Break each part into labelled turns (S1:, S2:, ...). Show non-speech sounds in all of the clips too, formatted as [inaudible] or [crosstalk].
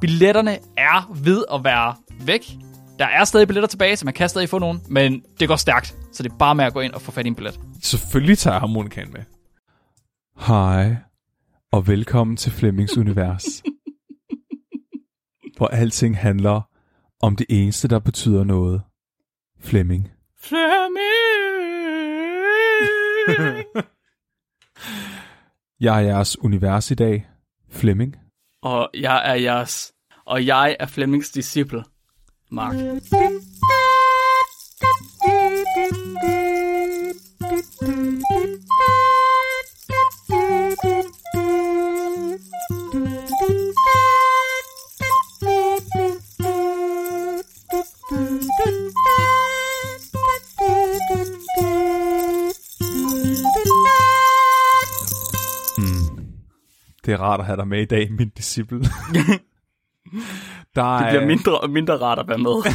S1: Billetterne er ved at være væk. Der er stadig billetter tilbage, så man kan stadig få nogen, men det går stærkt. Så det er bare med at gå ind og få fat i en billet.
S2: Selvfølgelig tager jeg harmonikaen med. Hej, og velkommen til Flemmings Univers. hvor alting handler om det eneste, der betyder noget. Flemming.
S1: [laughs] Flemming!
S2: Jeg er jeres univers i dag. Flemming.
S1: og jeg er jeres. Og jeg er Flemmings disciple, Mark.
S2: Det er rart at have dig med i dag, min
S1: [laughs]
S2: disciple. Der
S1: Det
S2: er,
S1: bliver mindre og mindre rart at være [laughs] med.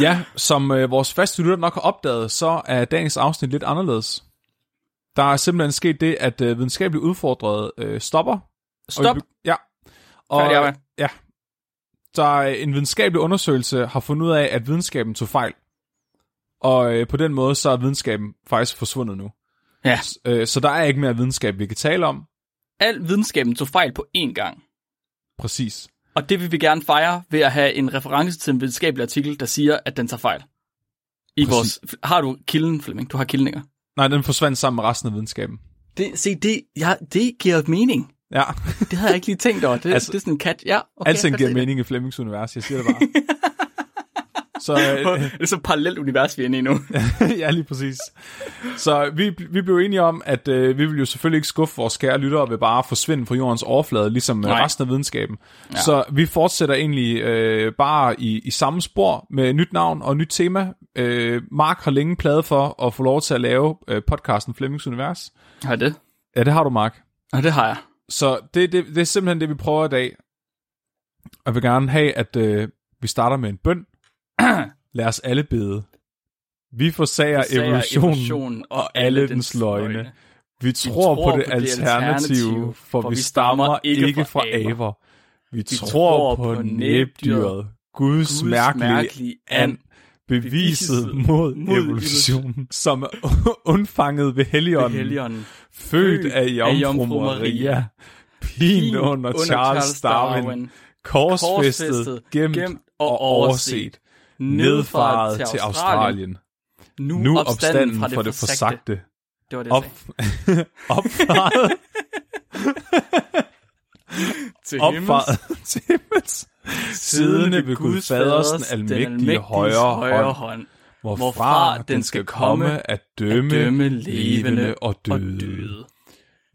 S2: Ja, som øh, vores faste lytter nok har opdaget, så er dagens afsnit lidt anderledes. Der er simpelthen sket det, at øh, videnskabeligt udfordret øh, stopper.
S1: Stop.
S2: Og, ja. Og, øh,
S1: Færdig arbejde.
S2: ja. Der er en videnskabelig undersøgelse har fundet ud af, at videnskaben tog fejl. Og øh, på den måde, så er videnskaben faktisk forsvundet nu.
S1: Ja.
S2: S- øh, så der er ikke mere videnskab, vi kan tale om.
S1: Al videnskaben tog fejl på én gang.
S2: Præcis.
S1: Og det vil vi gerne fejre ved at have en reference til en videnskabelig artikel, der siger, at den tager fejl. I
S2: Præcis.
S1: vores, har du kilden, Flemming? Du har kilden, ikke?
S2: Nej, den forsvandt sammen med resten af videnskaben.
S1: Det, se, det, ja, det giver mening.
S2: Ja,
S1: Det havde jeg ikke lige tænkt over. Det, altså,
S2: Altså,
S1: det er sådan en kat. Ja, okay, Altså,
S2: okay, alting
S1: jeg kan
S2: giver
S1: se
S2: mening i Flemmings univers, jeg siger det
S1: [laughs]
S2: bare. så
S1: det.
S2: øh,
S1: Det er så et parallelt univers, vi er inde i nu.
S2: [laughs] ja, lige præcis. Så vi, vi blev enige om, at øh, vi vil jo selvfølgelig ikke skuffe vores kære lyttere ved bare at forsvinde fra jordens overflade, ligesom øh,
S1: Nej.
S2: resten af videnskaben. Ja. Så vi fortsætter egentlig øh, bare i, i samme spor med nyt navn og nyt tema. Øh, Mark har længe pladet for at få lov til at lave øh, podcasten Flemmings Univers.
S1: Har jeg det?
S2: Ja, det har du, Mark.
S1: Og det har jeg.
S2: Så det, det, det er simpelthen det, vi prøver i dag. Og jeg vil gerne have, at øh, vi starter med en bøn. [clears throat] Lad os alle bede. Vi forsager,
S1: Sager,
S2: evolutionen.
S1: evolution og
S2: alle dens løgne. Vi tror, vi tror på, det, alternative, for vi stammer ikke fra aver. Vi tror, på, næbdyret, Guds mærkelige and, beviset mod evolutionen, som er [laughs] undfanget ved Helligånden,
S1: Helligånden.
S2: født af Jomfru
S1: Jomfru
S2: Maria, pin under Charles Darwin, korsfæstet,
S1: korsfæstet,
S2: gemt
S1: gemt og
S2: og overset, nedfaret til Australien. Nu opstanden fra det forsagte,
S1: Det var det,
S2: op, [laughs] opfaret
S1: til
S2: opfaret til himmels, siddende ved Gud Faders den almægtige højre hånd,
S1: hånd,
S2: hvorfra den skal komme at dømme, dømme levende og døde.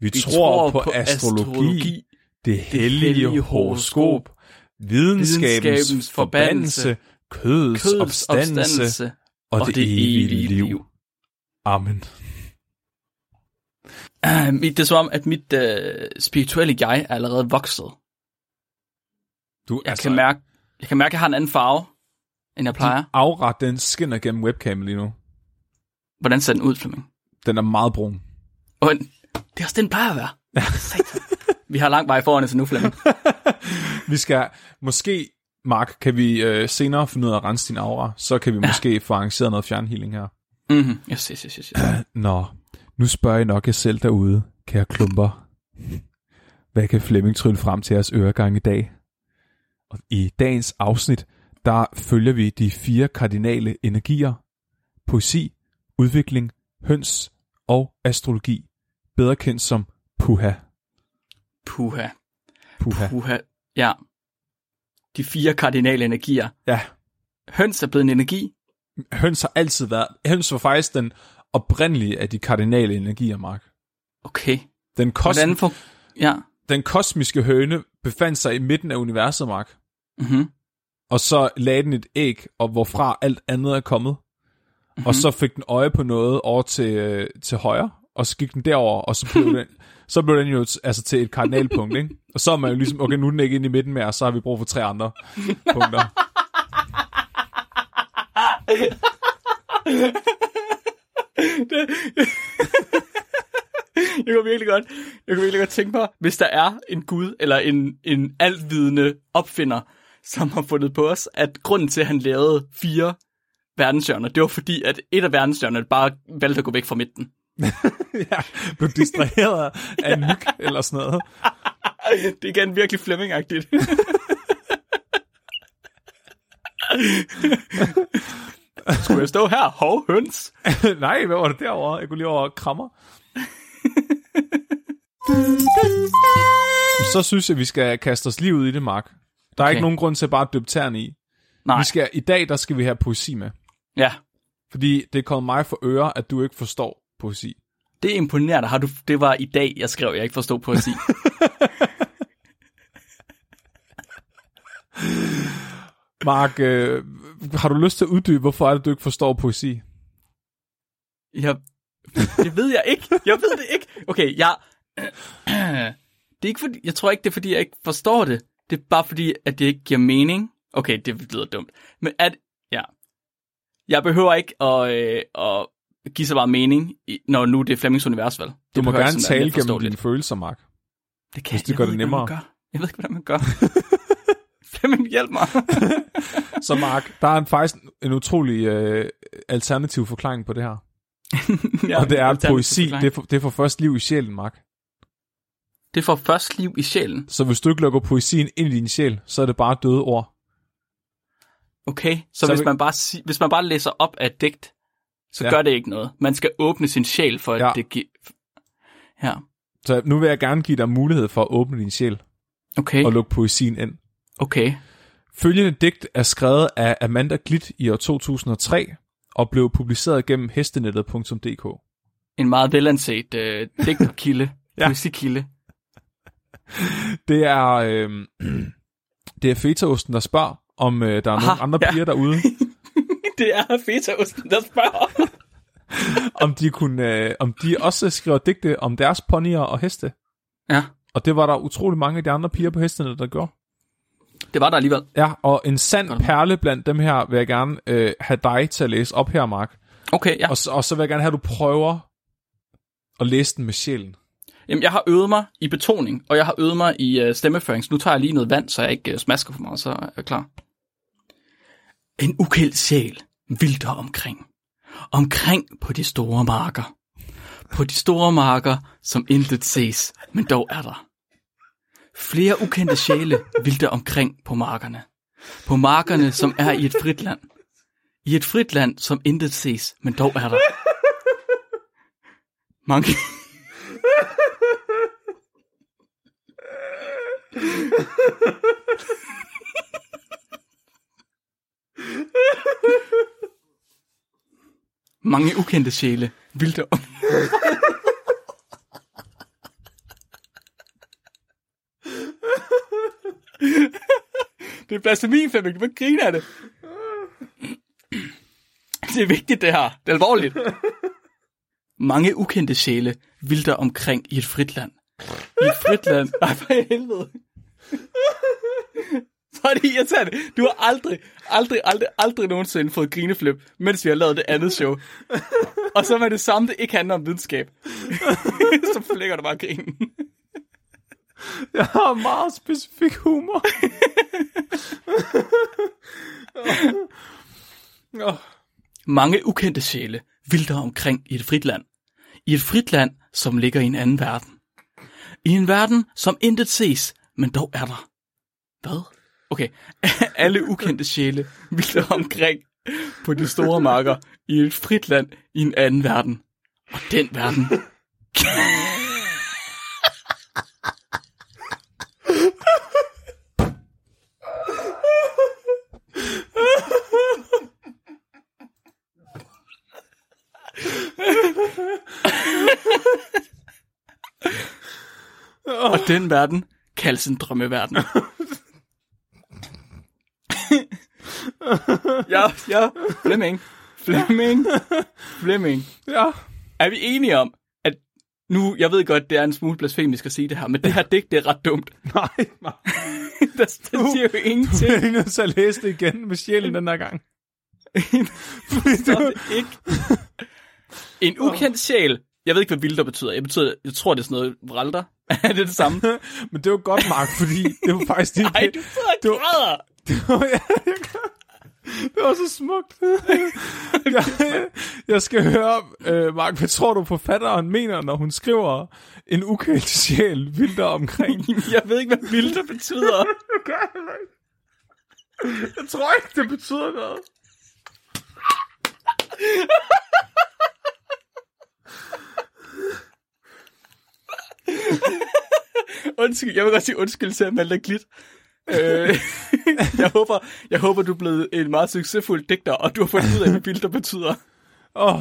S2: Vi tror på astrologi, det hellige
S1: hellige
S2: horoskop, videnskabens
S1: videnskabens
S2: forbandelse, kødets
S1: kødets
S2: opstandelse
S1: opstandelse
S2: og det evige liv. Amen.
S1: Uh, det er som om, at mit uh, spirituelle jeg er allerede vokset.
S2: Du
S1: Jeg, altså, kan mærke, jeg kan mærke, at jeg har en anden farve, end jeg plejer.
S2: afret den skinner gennem webcamen lige nu.
S1: Hvordan ser den ud, Flemming?
S2: Den er meget brun.
S1: Og en- det er også det, den plejer at være. Satan. [laughs] Vi har lang vej foran os nu, Flemming.
S2: Vi skal måske, Mark, kan vi øh, senere finde ud af at rense din aura, så kan vi ja. måske få arrangeret noget fjernhealing her.
S1: Mm-hmm. Yes, yes, yes, yes. yes.
S2: Nå, nu spørger I nok jer selv derude, kære klumper. Hvad kan Flemming trylle frem til jeres øregang i dag? Og I dagens afsnit, der følger vi de fire kardinale energier. Poesi, udvikling, høns og astrologi. Bedre kendt som puha.
S1: Puha.
S2: Puha.
S1: Puha. Ja. De fire kardinale energier.
S2: Ja,
S1: Høns er blevet en energi.
S2: høns har altid været... Høns var faktisk den oprindelige af de kardinale energier, Mark.
S1: Okay.
S2: Den, kosm-
S1: Hvordan for... Ja.
S2: den kosmiske høne befandt sig i midten af universet, Mark,
S1: Mm-hmm.
S2: og så lagde den et æg, og hvorfra alt andet er kommet. Mm-hmm. Og så fik den øje på noget over til, øh, til højre, og så gik den derover, og så blev [laughs] den, så blev den jo t- altså, til et kardinalpunkt, ikke? Og så er man jo ligesom, okay, nu er den ikke inde i midten mere, og så har vi brug for tre [laughs] andre punkter.
S1: [laughs] Jeg kunne virkelig godt, jeg kunne virkelig godt tænke mig, hvis der er en gud eller en, en altvidende opfinder, som har fundet på os, at grunden til, at han lavede fire verdenshjørner, det var fordi, at et af verdenshjørnerne bare valgte at gå væk fra midten.
S2: ja, blev distraheret af en myg eller sådan noget.
S1: Det er igen virkelig flemmingagtigt. [laughs] Skulle jeg stå her? Hov, høns.
S2: [laughs] Nej, hvad var det derovre? Jeg kunne lige over krammer. så synes jeg, vi skal kaste os lige ud i det, Mark. Der er okay.
S1: Okay.
S2: ikke nogen grund til at bare dyppe tæerne i.
S1: Nej,
S2: Vi skal, I dag, der skal vi have poesi med.
S1: ja.
S2: Fordi det er kommet mig for øre, at du ikke forstår poesi.
S1: Det er imponerende. Har du, det var i dag, jeg skrev, jeg ikke forstod
S2: [laughs]
S1: poesi.
S2: Mark, øh, har du lyst til at uddybe, hvorfor er det, du ikke forstår poesi?
S1: Jeg, det ved jeg ikke. Jeg ved det ikke. Okay, jeg... [clears throat] Det er ikke fordi, jeg tror ikke, det er fordi, jeg ikke forstår det. Det er bare fordi, at det ikke giver mening. Okay, det lyder dumt. Men at... Ja. Jeg behøver ikke at, øh, at give så meget mening, i- når nu det er Flemmings univers, vel?
S2: Du
S1: det
S2: må
S1: behøver
S2: gerne
S1: ikke sådan at være
S2: tale
S1: let
S2: gennem
S1: forståeligt.
S2: dine følelser, Mark.
S1: Det kan
S2: det
S1: jeg
S2: gør
S1: ved
S2: det
S1: ikke, hvordan
S2: nemmere.
S1: man gør. Jeg ved ikke, hvordan man
S2: [laughs]
S1: gør. Flemming, hjælp mig.
S2: Så Mark, [laughs] der er en, faktisk en utrolig øh, alternativ forklaring på det her.
S1: [laughs] Ja,
S2: Og det er, at
S1: alternativ
S2: poesi,
S1: forklaring.
S2: det er, for, det er for først liv i sjælen, Mark.
S1: Det får først liv i sjælen.
S2: Så hvis du ikke lukker poesien ind i din sjæl, så er det bare døde ord.
S1: Okay, så,
S2: Så
S1: så hvis,
S2: vi-
S1: man bare, si- hvis man bare læser op af et digt, så
S2: Ja.
S1: ja. gør det ikke noget. Man skal åbne sin sjæl, for at
S2: Ja.
S1: ja. det giver... Ja,
S2: Så nu vil jeg gerne give dig mulighed for at åbne din sjæl
S1: okay,
S2: og lukke poesien ind.
S1: okay.
S2: Følgende digt er skrevet af Amanda Glidt i år 2003 og blev publiceret gennem hestenettet.dk.
S1: En meget velanset øh, digterkilde,
S2: [laughs] Ja.
S1: ja. poesikilde.
S2: Det er, øh, det er fetaosten, der spørger, om øh, der er nogle
S1: Aha,
S2: andre
S1: ja.
S2: piger [laughs] derude,
S1: Det er fetaosten, der spørger.
S2: om de, kunne, øh, om de også skriver digte om deres ponyer og heste.
S1: ja,
S2: Og det var der utrolig mange af de andre piger på hestenettet, der gjorde.
S1: det var der alligevel.
S2: Ja, og en sand
S1: Godt.
S2: perle blandt dem her vil jeg gerne øh, have dig til at læse op her, Mark.
S1: Okay, ja.
S2: Og, så- og så vil jeg gerne have, at du prøver at læse den med sjælen.
S1: Jamen, jeg har øvet mig i betoning, og jeg har øvet mig i øh, stemmeføring, så nu tager jeg lige noget vand, så jeg ikke øh, smasker for meget, så er jeg klar. En ukældt sjæl vilder omkring. Omkring på de store marker. På de store marker, som intet ses, men dog er der. Flere ukendte sjæle vilder omkring på markerne. På markerne, som er i et frit land. I et frit land, som intet ses, men dog er der. Mange... Mange ukendte sjæle. Vildt om. det er blasfemi, Flemming. Du må ikke grine af det. Det er vigtigt, det her. Det er alvorligt. Mange ukendte sjæle vilder omkring i et frit land. I et frit land. Nej, for helvede. Så er det irriterende. Du har aldrig, aldrig, aldrig, aldrig nogensinde fået grineflip, mens vi har lavet det andet show. Og så er det samme, det ikke handler om videnskab. [laughs] så flækker du bare grinen.
S2: Jeg har meget specifik humor. Nå.
S1: Mange ukendte sjæle vilder omkring i et frit land. I et frit land, som ligger i en anden verden. I en verden, som intet ses, men dog er der. Hvad? Okay. [laughs] Alle ukendte sjæle vilder omkring på de store marker i et frit land i en anden verden. Og den verden Og den verden kaldes en drømmeverden. [laughs] ja, ja. Flemming. Flemming. Flemming.
S2: Ja.
S1: Er vi enige om, at nu, jeg ved godt, det er en smule blasfemisk at sige det her, men det her digt, det er ret dumt. [laughs]
S2: Nej, nej.
S1: der, der siger jo ingenting.
S2: [laughs]
S1: [laughs]
S2: Jeg er nødt til at læse det igen med sjælen den her [laughs] gang.
S1: Så er det ikke. En ukendt sjæl. Jeg ved ikke, hvad vilder betyder. Jeg, betyder, jeg tror, det er sådan noget vralter. [laughs] er det det samme?
S2: Men det var godt, Mark, fordi det var faktisk din...
S1: Nej, du sidder og
S2: Du-
S1: græder.
S2: det, var, [laughs] det var så
S1: [laughs]
S2: smukt. jeg, jeg skal høre, øh, Mark, hvad tror du forfatteren mener, når hun skriver en ukendt sjæl vildt
S1: [laughs]
S2: omkring?
S1: Jeg ved ikke, hvad vilder
S2: [laughs]
S1: betyder.
S2: Jeg tror ikke, det betyder noget.
S1: Undskyld, jeg vil godt sige undskyld til Amanda Glit. Øh, [laughs] jeg, håber, jeg håber, du er blevet en meget succesfuld digter, og du har fundet ud af, hvad vilder betyder.
S2: Åh,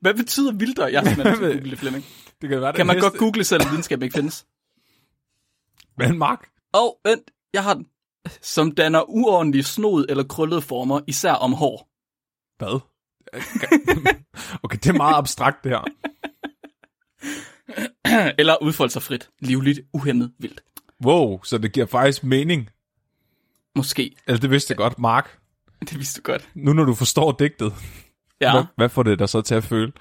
S1: Hvad betyder vilder? Jeg er
S2: [laughs]
S1: simpelthen
S2: ved-
S1: til google det, Flemming.
S2: det kan være,
S1: Kan man godt google, selvom videnskab ikke findes?
S2: Men Mark,
S1: Åh, oh, vent, jeg har den. Som danner uordentlige snod eller krøllede former, især om hår. [clears throat]
S2: hvad? [laughs] Okay, det er meget abstrakt, det her.
S1: Eller udfolde sig frit, livligt, uhemmet, vildt.
S2: Wow, så det giver faktisk mening.
S1: Måske. [laughs]
S2: Altså, det vidste jeg godt, Mark.
S1: Det vidste du godt.
S2: Nu når du forstår digtet,
S1: Ja.
S2: hvad, hvad får det dig så til at føle?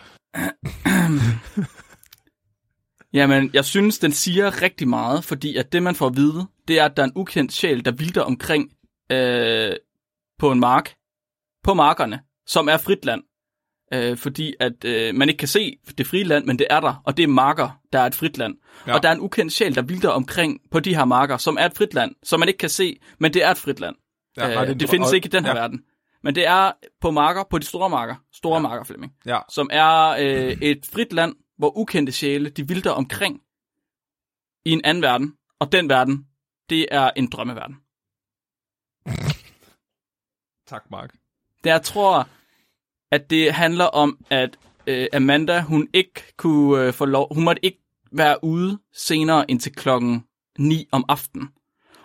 S1: Jamen, jeg synes, den siger rigtig meget, fordi at det, man får at vide, det er, at der er en ukendt sjæl, der vilder omkring øh, på en mark, på markerne, som er frit land. Øh, fordi at øh, man ikke kan se det frie land, men det er der, og det er marker, der er et frit land.
S2: Ja.
S1: Ja. Og der er en ukendt sjæl, der vilder omkring på de her marker, som er et frit land, som man ikke kan se, men det er et frit land.
S2: Ja, nej,
S1: Øh,
S2: er en
S1: det
S2: drøm-
S1: findes
S2: og-
S1: ikke i den her
S2: ja,
S1: ja. verden. Men det er på marker, på de store marker, store ja. marker, Flemming,
S2: Ja,
S1: som er øh, et frit land, hvor ukendte sjæle, de vilder omkring i en anden verden. Og den verden, det er en drømmeverden.
S2: tak Mark.
S1: Det jeg tror, at det handler om, at øh, Amanda, hun ikke kunne øh, få lov, hun måtte ikke være ude senere end til klokken 9 om aftenen.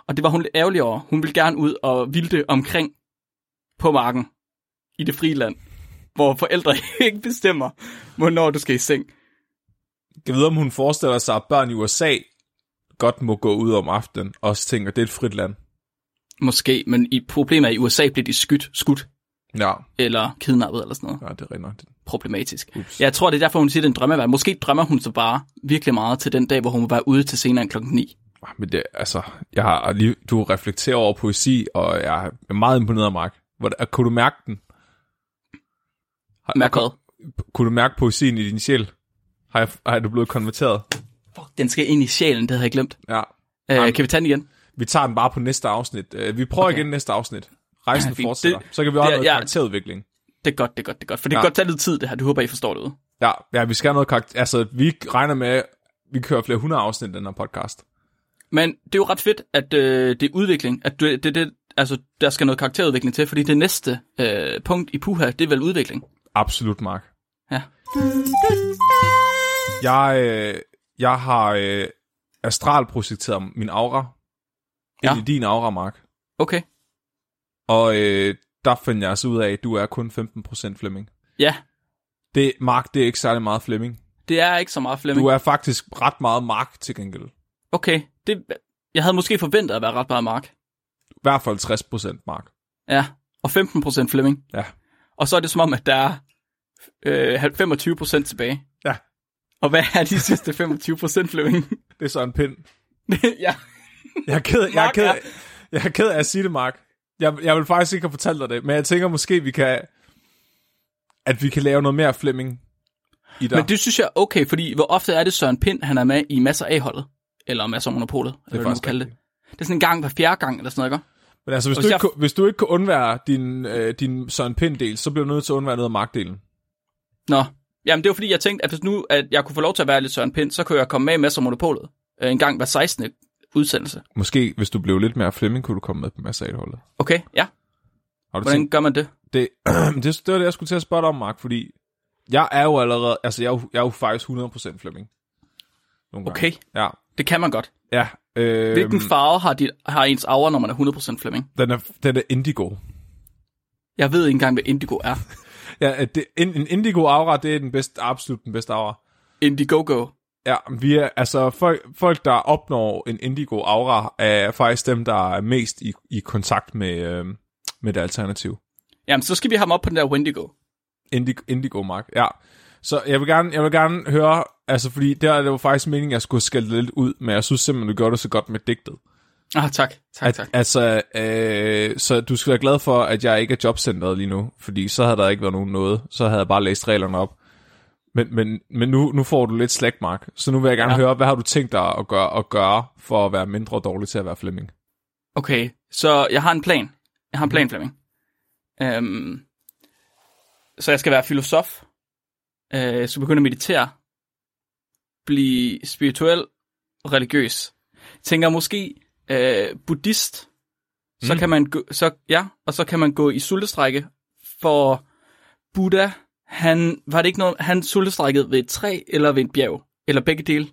S1: Og det var hun lidt ærgerlig over. Hun ville gerne ud og vilde omkring på marken i det frie land, hvor forældre [laughs] ikke bestemmer, hvornår du skal i seng.
S2: Jeg ved, om hun forestiller sig, at børn i USA godt må gå ud om aftenen, og også tænker, det er et frit land.
S1: Måske, men i problemet er, i USA bliver de skudt, skudt
S2: Ja,
S1: eller kidnappet eller sådan noget.
S2: ja det rinder.
S1: problematisk.
S2: Ups.
S1: Ups. Jeg tror, det er derfor, hun siger, det er en drømmeverden. Måske drømmer hun så bare virkelig meget til den dag, hvor hun må være ude til senere end klokken 9.
S2: Ah, Men det, altså, jeg har lige, du reflekterer over poesi, og jeg er meget imponeret af Mark. Hvordan, kunne du mærke den? Har,
S1: Mærk hvad?
S2: Kunne du mærke poesien i din sjæl? Har, jeg, har du blevet konverteret?
S1: Fuck, den skal ind i sjælen, det havde jeg glemt.
S2: Ja.
S1: Øh, kan vi tage den igen?
S2: Vi tager den bare på næste afsnit. Øh, Vi prøver okay. igen næste afsnit. Rejsen
S1: fint.
S2: fortsætter.
S1: Det-
S2: Så kan vi også
S1: det-
S2: have noget
S1: ja.
S2: karakterudvikling.
S1: Det er godt, det er godt, det er godt. For det kan
S2: Ja.
S1: godt tage lidt tid, det her. Du håber, I forstår det ud.
S2: Ja, ja, vi skal have noget karakter. Altså, vi regner med, at vi kører flere hundrede afsnit i den her podcast.
S1: Men det er jo ret fedt, at øh, det er udvikling. At det, det, det, altså, der skal noget karakterudvikling til, fordi det næste øh, punkt i Puha, det er vel udvikling.
S2: Absolut, Mark.
S1: Ja.
S2: Jeg, øh, jeg har øh, astralprojekteret min aura. Ja.
S1: Ja.
S2: Ind i din aura, Mark.
S1: Okay.
S2: Og øh, der fandt jeg altså ud af, at du er kun 15% Flemming.
S1: Ja,
S2: Det, Mark, det er ikke særlig meget Flemming.
S1: det er ikke så meget Flemming.
S2: Du er faktisk ret meget Mark til gengæld.
S1: Okay, det, jeg havde måske forventet at være ret meget Mark.
S2: I hvert fald 60% Mark.
S1: Ja, og 15% Flemming.
S2: Ja.
S1: Og så er det som om, at der er øh, 25% tilbage.
S2: Ja.
S1: Og hvad er de sidste 25% Flemming? [laughs]
S2: Det er så en pind.
S1: ja.
S2: Jeg er ked, jeg er
S1: Mark
S2: ked,
S1: er-
S2: jeg er ked af at sige det, Mark. Jeg, jeg vil faktisk ikke have fortalt dig det, men jeg tænker måske, vi kan, at vi kan lave noget mere Flemming i dig.
S1: Men det synes jeg er okay, fordi hvor ofte er det Søren Pind, han er med i masser af holdet Eller masser af monopolet, eller hvad man
S2: faktisk
S1: kalde det. Det er sådan en gang hver fjerde gang, eller sådan noget, ikke?
S2: Men altså, hvis,
S1: Hvis
S2: du, ikke,
S1: jeg-
S2: kunne- hvis du ikke kunne undvære din, øh, din Søren Pind-del, så bliver du nødt til at undvære noget af Mark-delen.
S1: Nå, jamen det var fordi, jeg tænkte, at hvis nu at jeg kunne få lov til at være lidt Søren Pind, så kunne jeg komme med i masser af monopolet. Øh, en gang hver 16. udsendelse.
S2: Måske, hvis du blev lidt mere Flemming, kunne du komme med på masser af holdet.
S1: Okay, ja.
S2: Har du
S1: Hvordan gør man det?
S2: Det, [clears throat] det, det var det, jeg skulle til at spørge dig om, Mark, fordi jeg er jo allerede, altså jeg er jo, jeg er jo faktisk 100% Flemming. Nogle gange.
S1: Okay.
S2: Ja,
S1: Det kan man godt.
S2: ja, Øhm,
S1: Hvilken farve har, dit, har ens aura, når man er 100% Flemming?
S2: den, er, den er indigo.
S1: Jeg ved ikke engang, hvad indigo er.
S2: Ja, at det, en, en indigo aura, det er den bedste, absolut den bedste aura.
S1: Indiegogo.
S2: Ja, vi er, altså folk, folk, der opnår en indigo aura, er faktisk dem, der er mest i, i kontakt med, øh, med det alternativ.
S1: Jamen, så skal vi have ham op på den der Wendigo.
S2: Indigo, indigo Mark, ja. Så jeg vil gerne, jeg vil gerne høre, altså fordi der er det jo faktisk meningen, at jeg skulle skælde det lidt ud, men jeg synes simpelthen, du gør det så godt med digtet.
S1: Ah, tak. Tak,
S2: At,
S1: tak.
S2: Altså, øh, så du skal være glad for, at jeg ikke er jobcentret lige nu, fordi så havde der ikke været nogen noget, så havde jeg bare læst reglerne op. Men, men, men nu, nu får du lidt slack, Mark, så nu vil jeg gerne
S1: Ja.
S2: ja. høre, hvad har du tænkt dig at gøre, at gøre for at være mindre dårlig til at være Flemming?
S1: Okay, så jeg har en plan. Jeg har en plan, Flemming. Øhm, så jeg skal være filosof. Øh, jeg skal begynde at meditere. Blive spirituel og religiøs. Tænker måske øh, buddhist. Så
S2: Mm.
S1: kan man gå, så, ja, og så kan man gå i sultestrække for Buddha. Han, var det ikke noget, han sultestrækkede ved et træ eller ved et bjerg? Eller begge dele?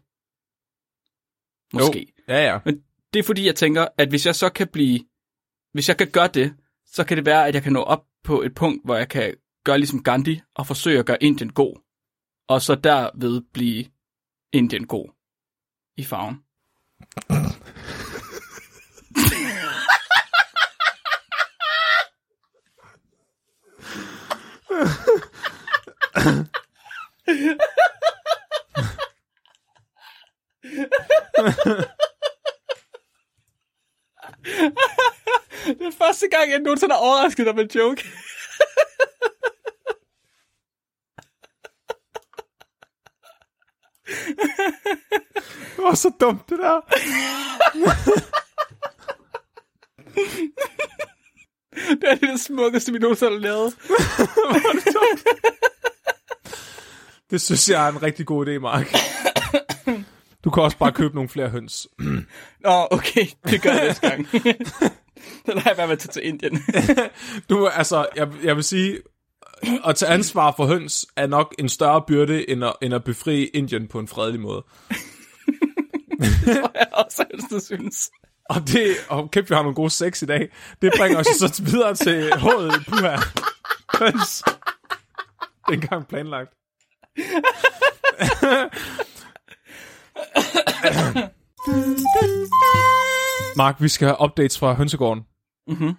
S1: Måske.
S2: Jo. Ja, ja.
S1: Men det er fordi, jeg tænker, at hvis jeg så kan blive... Hvis jeg kan gøre det, så kan det være, at jeg kan nå op på et punkt, hvor jeg kan gøre ligesom Gandhi og forsøge at gøre Indien god. Og så derved blive Indien god i farven. [laughs] Det er første gang, jeg nogensinde har overrasket dig med en joke. [laughs]
S2: Det var så dumt, det der.
S1: Det er det smukkeste, vi nogensinde har lavet.
S2: Det synes jeg er en rigtig god idé, Mark. Du kan også bare købe nogle flere høns.
S1: Nå, okay, det gør jeg næste [laughs] gang. så lader jeg være med at tage til [laughs] Indien.
S2: Du, altså, jeg, jeg vil sige, at tage ansvar for høns er nok en større byrde, end at, end at befri Indien på en fredelig måde.
S1: Og jeg også helst, det synes.
S2: Og det, og kæft, vi har nogle gode sex i dag, det bringer os jo så videre til hovedet på her. Høns. Det er ikke engang planlagt. Mark, vi skal have updates fra hønsegården.
S1: Mhm.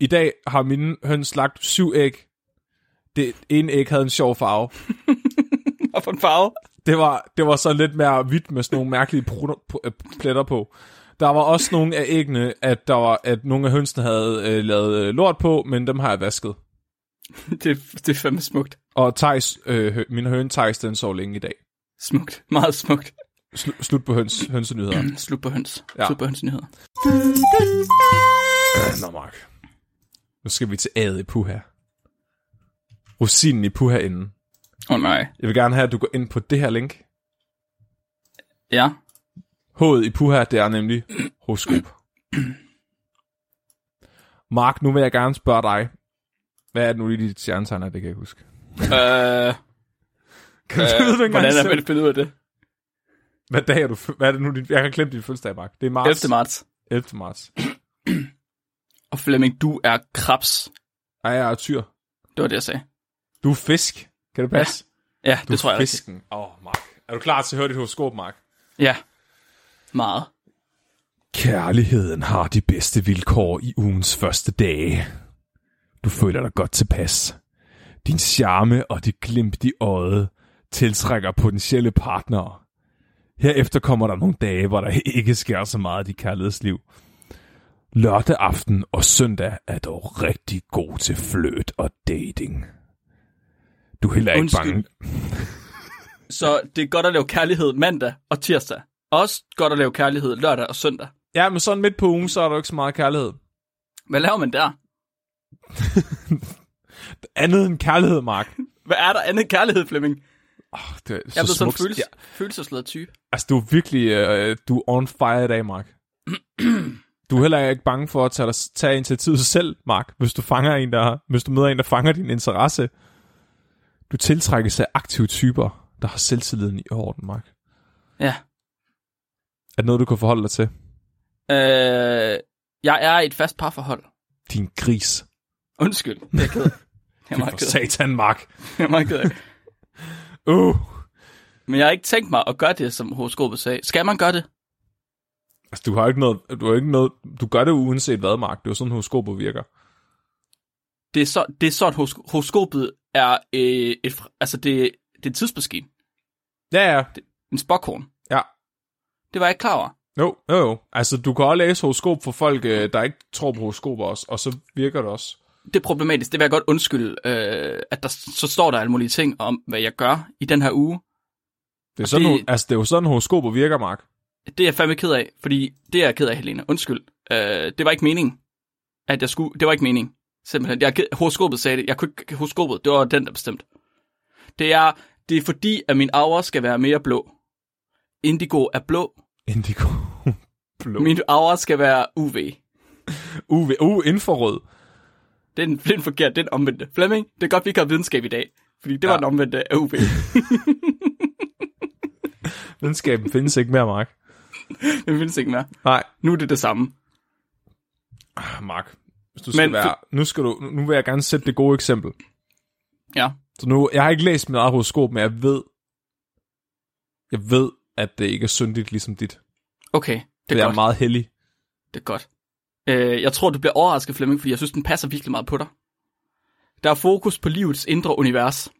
S2: I dag har mine høns lagt syv æg. Det ene æg havde en sjov farve.
S1: Og for en farve.
S2: Det var, det var så lidt mere hvidt med sådan nogle mærkelige prutter- p- øh, pletter på. Der var også nogle af æggene, at, der var, at nogle af hønsene havde øh, lavet øh, lort på, men dem har jeg vasket.
S1: Det, det er fandme smukt.
S2: Og Thijs, øh, hø- min høne Thijs, den sov længe i dag.
S1: Smukt. Meget smukt.
S2: Slu- slut på høns, hønsenyheder.
S1: Slut på høns. Ja.
S2: Ja.
S1: Slut på høns nyheder.
S2: [clears throat] Nå, Mark. Nu skal vi til ædet i Puha. Rosinen i Puha-enden.
S1: Åh oh, nej.
S2: Jeg vil gerne have, at du går ind på det her link.
S1: Ja.
S2: H'et i Puha, det er nemlig horoskop. Mark, nu vil jeg gerne spørge dig. Hvad er det nu lige dit stjernetegn er? Det kan jeg ikke huske.
S1: [laughs] Øh,
S2: [laughs] Kan du
S1: øh,
S2: vide det
S1: hvordan er
S2: engang
S1: det finde ud af det?
S2: Hvad dag er du? fø- Hvad er det nu? dit- Jeg har glemt din fødselsdag, Mark. Det er marts.
S1: 11. marts.
S2: 11. marts.
S1: Og Flemming, du er krebs.
S2: Ej, jeg er tyr.
S1: Det var det, jeg sagde.
S2: Du er fisk. Kan det passe?
S1: Ja,
S2: Du
S1: det tror
S2: er
S1: jeg rigtigt.
S2: fisken. Åh, oh, Mark. Er du klar til at høre dit horoskop, Mark?
S1: Ja. Meget.
S2: Kærligheden har de bedste vilkår i ugens første dage. Du føler dig godt tilpas. Din charme og dit glimt i øjet tiltrækker potentielle partnere. Herefter kommer der nogle dage, hvor der [laughs] ikke sker så meget i dit kærlighedsliv. Lørdag aften og søndag er dog rigtig god til fløt og dating. Du er heller ikke
S1: Undskyld.
S2: bange.
S1: Så det er godt at lave kærlighed mandag og tirsdag. Også godt at lave kærlighed lørdag og søndag.
S2: Ja, men sådan midt på ugen, så er der ikke så meget kærlighed.
S1: Hvad laver man der?
S2: Andet end kærlighed, Mark.
S1: Hvad er der andet end kærlighed, Flemming?
S2: Det er
S1: Jeg er blevet sådan en
S2: smukt.
S1: følelse,
S2: Ja,
S1: følelsesladet type.
S2: Altså, du er virkelig øh, du er on fire i
S1: [clears throat]
S2: dag, Mark. Du er heller ikke bange for at tage, dig, tage initiativet selv, Mark, hvis du, fanger en, der, hvis du møder en, der fanger din interesse. Du tiltrækkes af aktive typer, der har selvtilliden i orden, Mark.
S1: Ja.
S2: Er det noget, du kan forholde dig til?
S1: Øh, jeg er i et fast parforhold.
S2: Din gris.
S1: Undskyld, [laughs] det er jeg ked af. Jeg er
S2: Fy
S1: meget
S2: for
S1: ked af.
S2: satan, Mark.
S1: Jeg er meget ked af.
S2: Uh.
S1: Men jeg har ikke tænkt mig at gøre det, som horoskopet sagde. Skal man gøre det?
S2: Altså, du har jo ikke noget, du har jo ikke noget, du gør det jo uanset hvad, Mark. Det er jo sådan, horoskoper virker.
S1: Det er så, det er sådan, horos- horoskopet er øh, et, fr- altså det, det er en tidsmaskine.
S2: Ja, ja.
S1: En spokhorn.
S2: Ja.
S1: Det var jeg ikke klar over.
S2: Jo, jo, jo. Altså, du kan også læse horoskop for folk, øh, der ikke tror på horoskoper også, og så virker det også.
S1: Det er problematisk. Det vil jeg godt undskylde, øh, at der s- så står der alle mulige ting om, hvad jeg gør i den her uge.
S2: Det er, sådan,
S1: det-
S2: det... Altså, det er jo sådan, horoskoper virker, Mark.
S1: Det er jeg fandme ked af, fordi det er jeg ked af, Helena. Undskyld. Øh, det var ikke meningen, at jeg skulle... Det var ikke meningen, simpelthen. Jeg, er ked- horoskopet sagde det. Jeg kunne ikke... Horoskopet, det var den, der bestemte. Det er, det er fordi, at min aura skal være mere blå. Indigo er blå.
S2: Indigo. [laughs] Blå. Min...
S1: Min aura skal være UV.
S2: UV, uh, infrarød.
S1: Det er den, det er den forkerte, det er den omvendte. Flemming, det er godt, vi ikke har videnskab i dag. Fordi det ja. var
S2: Ja.
S1: den omvendte af [laughs] UV.
S2: Videnskaben findes ikke mere, Mark.
S1: Den findes ikke mere.
S2: Nej,
S1: Nu er det det samme.
S2: Ah, Mark. Hvis du skal
S1: Men-
S2: Men... være, nu, skal du, nu vil jeg gerne sætte det gode eksempel.
S1: Ja.
S2: Så nu, jeg har ikke læst mit eget horoskop, men jeg ved, jeg ved, at det ikke er syndigt ligesom dit. Det
S1: Okay,
S2: er,
S1: det er,
S2: jeg
S1: godt.
S2: er meget heldig.
S1: Det er godt. Øh, jeg tror, du bliver overrasket, Flemming, fordi jeg synes, den passer virkelig meget på dig. Der er fokus på livets indre univers.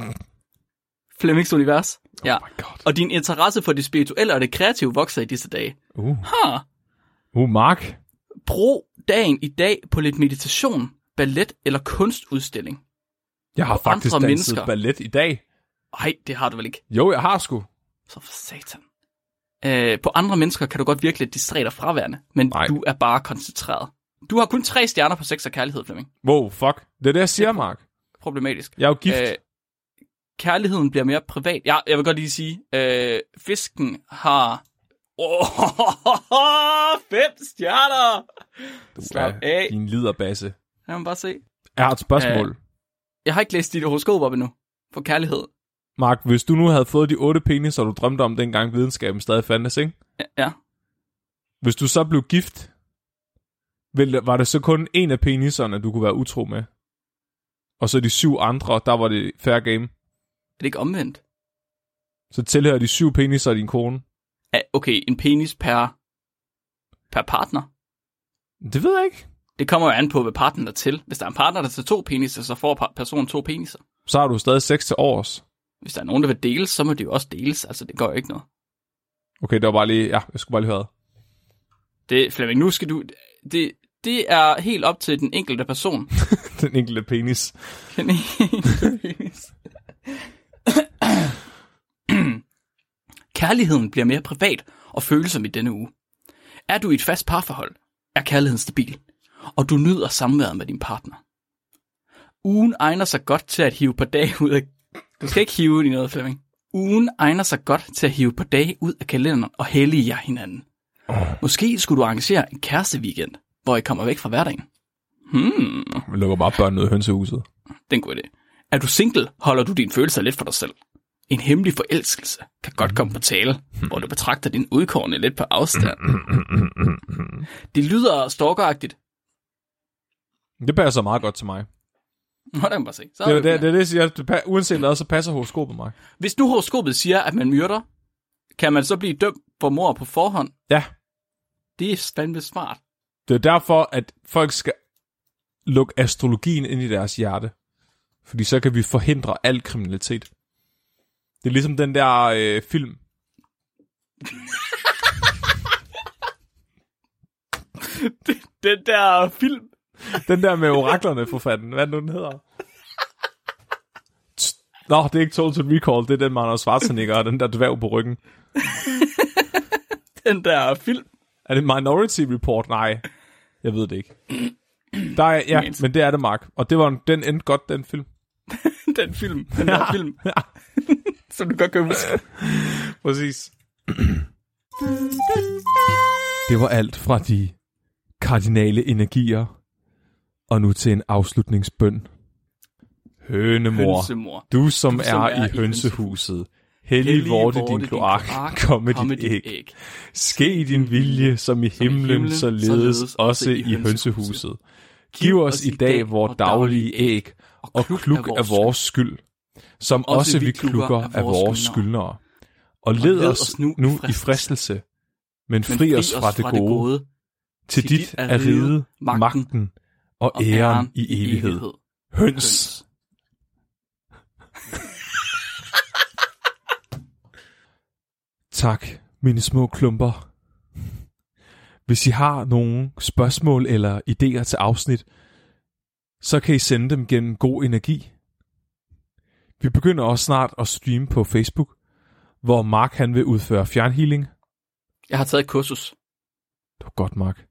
S1: [laughs] Flemmings univers. Ja.
S2: Oh my god.
S1: Og din interesse for det spirituelle og det kreative vokser i disse dage.
S2: Uh,
S1: Ha!
S2: uh Mark.
S1: Brug dagen i dag på lidt meditation, ballet eller kunstudstilling.
S2: Jeg har
S1: Og
S2: faktisk
S1: andre
S2: danset
S1: mennesker.
S2: ballet i dag.
S1: Ej, det har du vel ikke?
S2: Jo, jeg har sgu.
S1: Så for satan. Øh, på andre mennesker kan du godt virkelig distræde dig fraværende, men Nej.
S2: Nej.
S1: du er bare koncentreret. Du har kun tre stjerner på sex og kærlighed, Flemming.
S2: Wow, fuck. Det er det, jeg siger, Mark.
S1: Problematisk.
S2: Jeg er jo gift.
S1: Øh, kærligheden bliver mere privat. Ja, jeg vil godt lige sige, øh, fisken har... [laughs] Oh, fem stjerner!
S2: du
S1: slap
S2: er
S1: af.
S2: din liderbasse.
S1: Lad mig bare se.
S2: Jeg har et spørgsmål. Øh.
S1: Jeg har ikke læst dit horoskop op endnu. For kærlighed.
S2: Mark, hvis du nu havde fået de otte peniser, du drømte om dengang videnskaben stadig fandtes, ikke?
S1: Ja, ja.
S2: Hvis du så blev gift, ville- var det så kun en af peniserne, du kunne være utro med? Og så de syv andre, der var det fair game.
S1: Er det ikke omvendt?
S2: Så tilhører de syv peniser din kone.
S1: Ja, okay, en penis per, per partner.
S2: Det ved jeg ikke.
S1: Det kommer jo an på, hvad partneren er til. Hvis der er en partner, der er til to peniser, så får par- personen to peniser.
S2: Så har du stadig seks til års.
S1: Hvis der er nogen, der vil deles, så må det jo også deles. Altså, det går jo ikke noget.
S2: Okay, det var bare lige... Ja, jeg skulle bare lige høre. [laughs] ad.
S1: Det, Flemming, nu skal du... Det, det er helt op til den enkelte person.
S2: Den enkelte penis.
S1: Den ene penis. Kærligheden bliver mere privat og følsom i denne uge. Er du i et fast parforhold, er kærligheden stabil, og du nyder samværet med din partner. Ugen egner sig godt til at hive på dage ud af... Du skal ikke hive i noget, Flemming. Ugen egner sig godt til at hive på dage ud af kalenderen og hellige jer hinanden. Måske skulle du arrangere en kæresteweekend, hvor I kommer væk fra hverdagen. Hmm.
S2: Man lukker bare børnene ud af hønsehuset.
S1: Det er en god idé. Er du single, holder du dine følelser lidt for dig selv. En hemmelig forelskelse kan godt komme på
S2: [laughs]
S1: tale, hvor du betragter din udkårende lidt på afstand. Det lyder stalkeragtigt.
S2: Det passer meget godt til mig.
S1: Nå, der kan man bare se. Så
S2: Det
S1: er vi
S2: er det, det,
S1: med.
S2: er det jeg siger. Det, pa- uanset hvad, så passer horoskopet, Mark.
S1: Hvis nu horoskopet siger, at man myrder, kan man så blive dømt for mor på forhånd?
S2: Ja,
S1: Det er fandme smart.
S2: det er derfor, at folk skal lukke astrologien ind i deres hjerte. Fordi så kan vi forhindre al kriminalitet. Det er ligesom den der øh, film.
S1: Den der film.
S2: Den der med oraklerne, for fanden. Hvad er det nu, den hedder? Tst. Nå, det er ikke Total Recall. Det er den med Anders Schwarzenegger og den der dværg på ryggen.
S1: Den der film. [laughs]
S2: Er det Minority Report? Nej, jeg ved det ikke. Der er, ja,
S1: Men-
S2: men det er det, Mark. Og det var en, den endte godt, den film.
S1: Den film. Den der
S2: [laughs]
S1: film. [laughs] Som du godt kan huske.
S2: Præcis. Det var alt fra de kardinale energier, og nu til en afslutningsbøn. Hønemor,
S1: Hønsemor.
S2: du som, du, som er,
S1: er i
S2: i hønsehuset, Hellig vorte din kloak, kom med
S1: kom med
S2: dit
S1: dit
S2: æg.
S1: æg.
S2: Ske din vilje, som i himlen,
S1: himlen,
S2: således også i hønsehuset. Giv os i dag vores daglige æg, og kluk af vores skyld, som også vi klukker af vores skyldnere. Og led os nu i fristelse, men fri os fra det gode. Til dit er riget, magten og
S1: og
S2: æren i evighed. Høns! Tak, mine små klumper. Hvis I har nogle spørgsmål eller idéer til afsnit, så kan I sende dem gennem god energi. Vi begynder også snart at streame på Facebook, hvor Mark han vil udføre fjernhealing.
S1: Jeg har taget et kursus.
S2: Det var godt, Mark.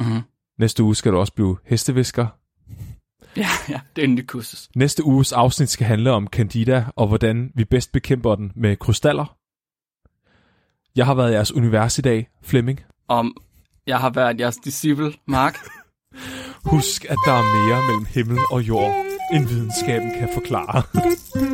S2: Mhm.
S1: Mm-hmm.
S2: Næste uge skal du også blive hestevisker.
S1: Ja, ja, det er en ny kursus.
S2: Næste uges afsnit skal handle om Candida og hvordan vi bedst bekæmper den med krystaller. Jeg har været i jeres univers i dag, Flemming.
S1: Om jeg har været jeres disciple,
S2: [laughs]
S1: Mark.
S2: Husk, at der er mere mellem himmel og jord, end videnskaben kan forklare.